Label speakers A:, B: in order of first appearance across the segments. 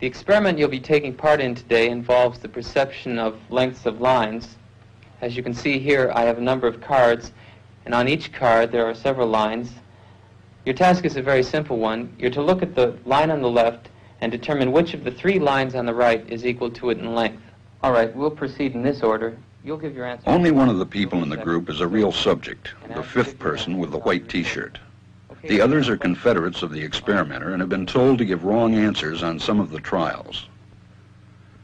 A: The experiment you'll be taking part in today involves the perception of lengths of lines. As you can see here, I have a number of cards, and on each card there are several lines. Your task is a very simple one. You're to look at the line on the left and determine which of the three lines on the right is equal to it in length. All right, we'll proceed in this order. You'll give your answer.
B: Only one of the people in the group is a real subject, the fifth person with the white T-shirt.
A: Okay,
B: The others are confederates of the experimenter and have been told to give wrong answers on some of the trials.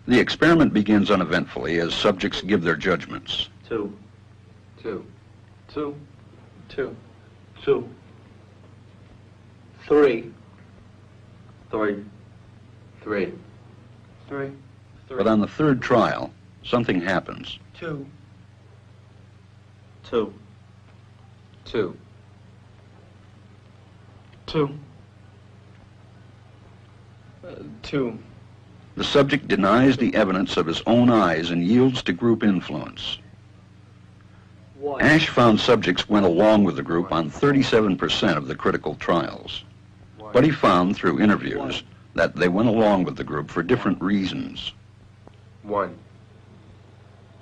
B: The experiment begins uneventfully as subjects give their judgments.
C: Two.
D: Two.
C: Two.
D: Two.
C: Two. Three. Three.
D: Three.
C: Three.
B: But on the third trial, something happens.
C: Two. Two.
D: Two.
C: Two. Uh, two.
B: The subject denies the evidence of his own eyes and yields to group influence.
C: One.
B: Ash found subjects went along with the group on 37% of the critical trials. But he found through interviews that they went along with the group for different reasons.
D: One.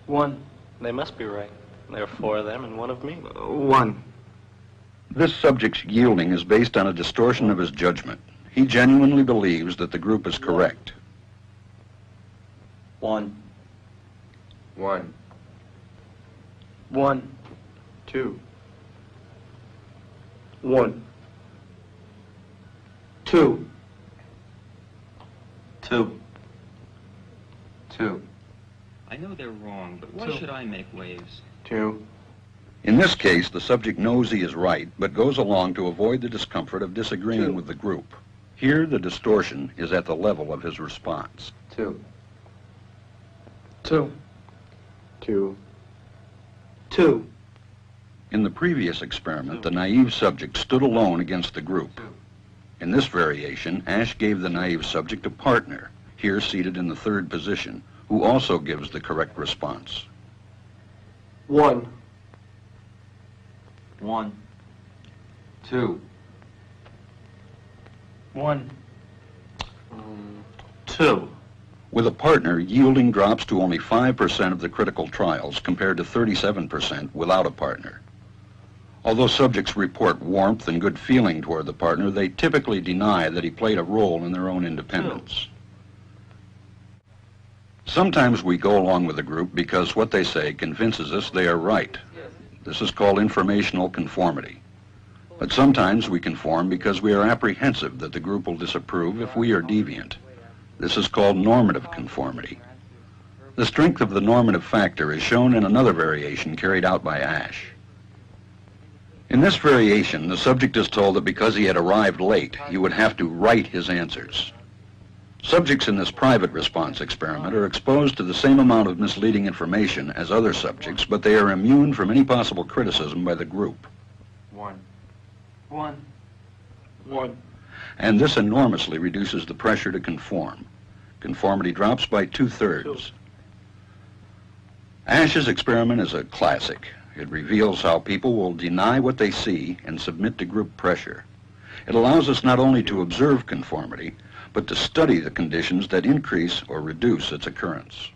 C: One.
E: They must be right. There are four of them and one of me.
C: Uh, one.
B: This subject's yielding is based on a distortion of his judgment. He genuinely believes that the group is correct.
C: One.
D: One.
C: One.
D: Two.
C: One. Two. Two.
D: Two.
F: I know they're wrong, but why
C: Two.
F: should I make waves?
D: Two.
B: In this case, the subject knows he is right, but goes along to avoid the discomfort of disagreeing
C: Two.
B: with the group. Here, the distortion is at the level of his response.
D: Two.
C: Two.
D: Two.
C: Two.
B: In the previous experiment, the naive subject stood alone against the group. In this variation, Ash gave the naive subject a partner, here seated in the third position, who also gives the correct response.
C: One.
D: One. Two.
C: One. Two.
B: With a partner, yielding drops to only 5% of the critical trials compared to 37% without a partner. Although subjects report warmth and good feeling toward the partner, they typically deny that he played a role in their own independence. Sometimes we go along with a group because what they say convinces us they are right. This is called informational conformity. But sometimes we conform because we are apprehensive that the group will disapprove if we are deviant. This is called normative conformity. The strength of the normative factor is shown in another variation carried out by Ash. In this variation, the subject is told that because he had arrived late, he would have to write his answers. Subjects in this private response experiment are exposed to the same amount of misleading information as other subjects, but they are immune from any possible criticism by the group.
D: One.
C: One. One.
B: And this enormously reduces the pressure to conform. Conformity drops by two-thirds. Ash's experiment is a classic. It reveals how people will deny what they see and submit to group pressure. It allows us not only to observe conformity, but to study the conditions that increase or reduce its occurrence.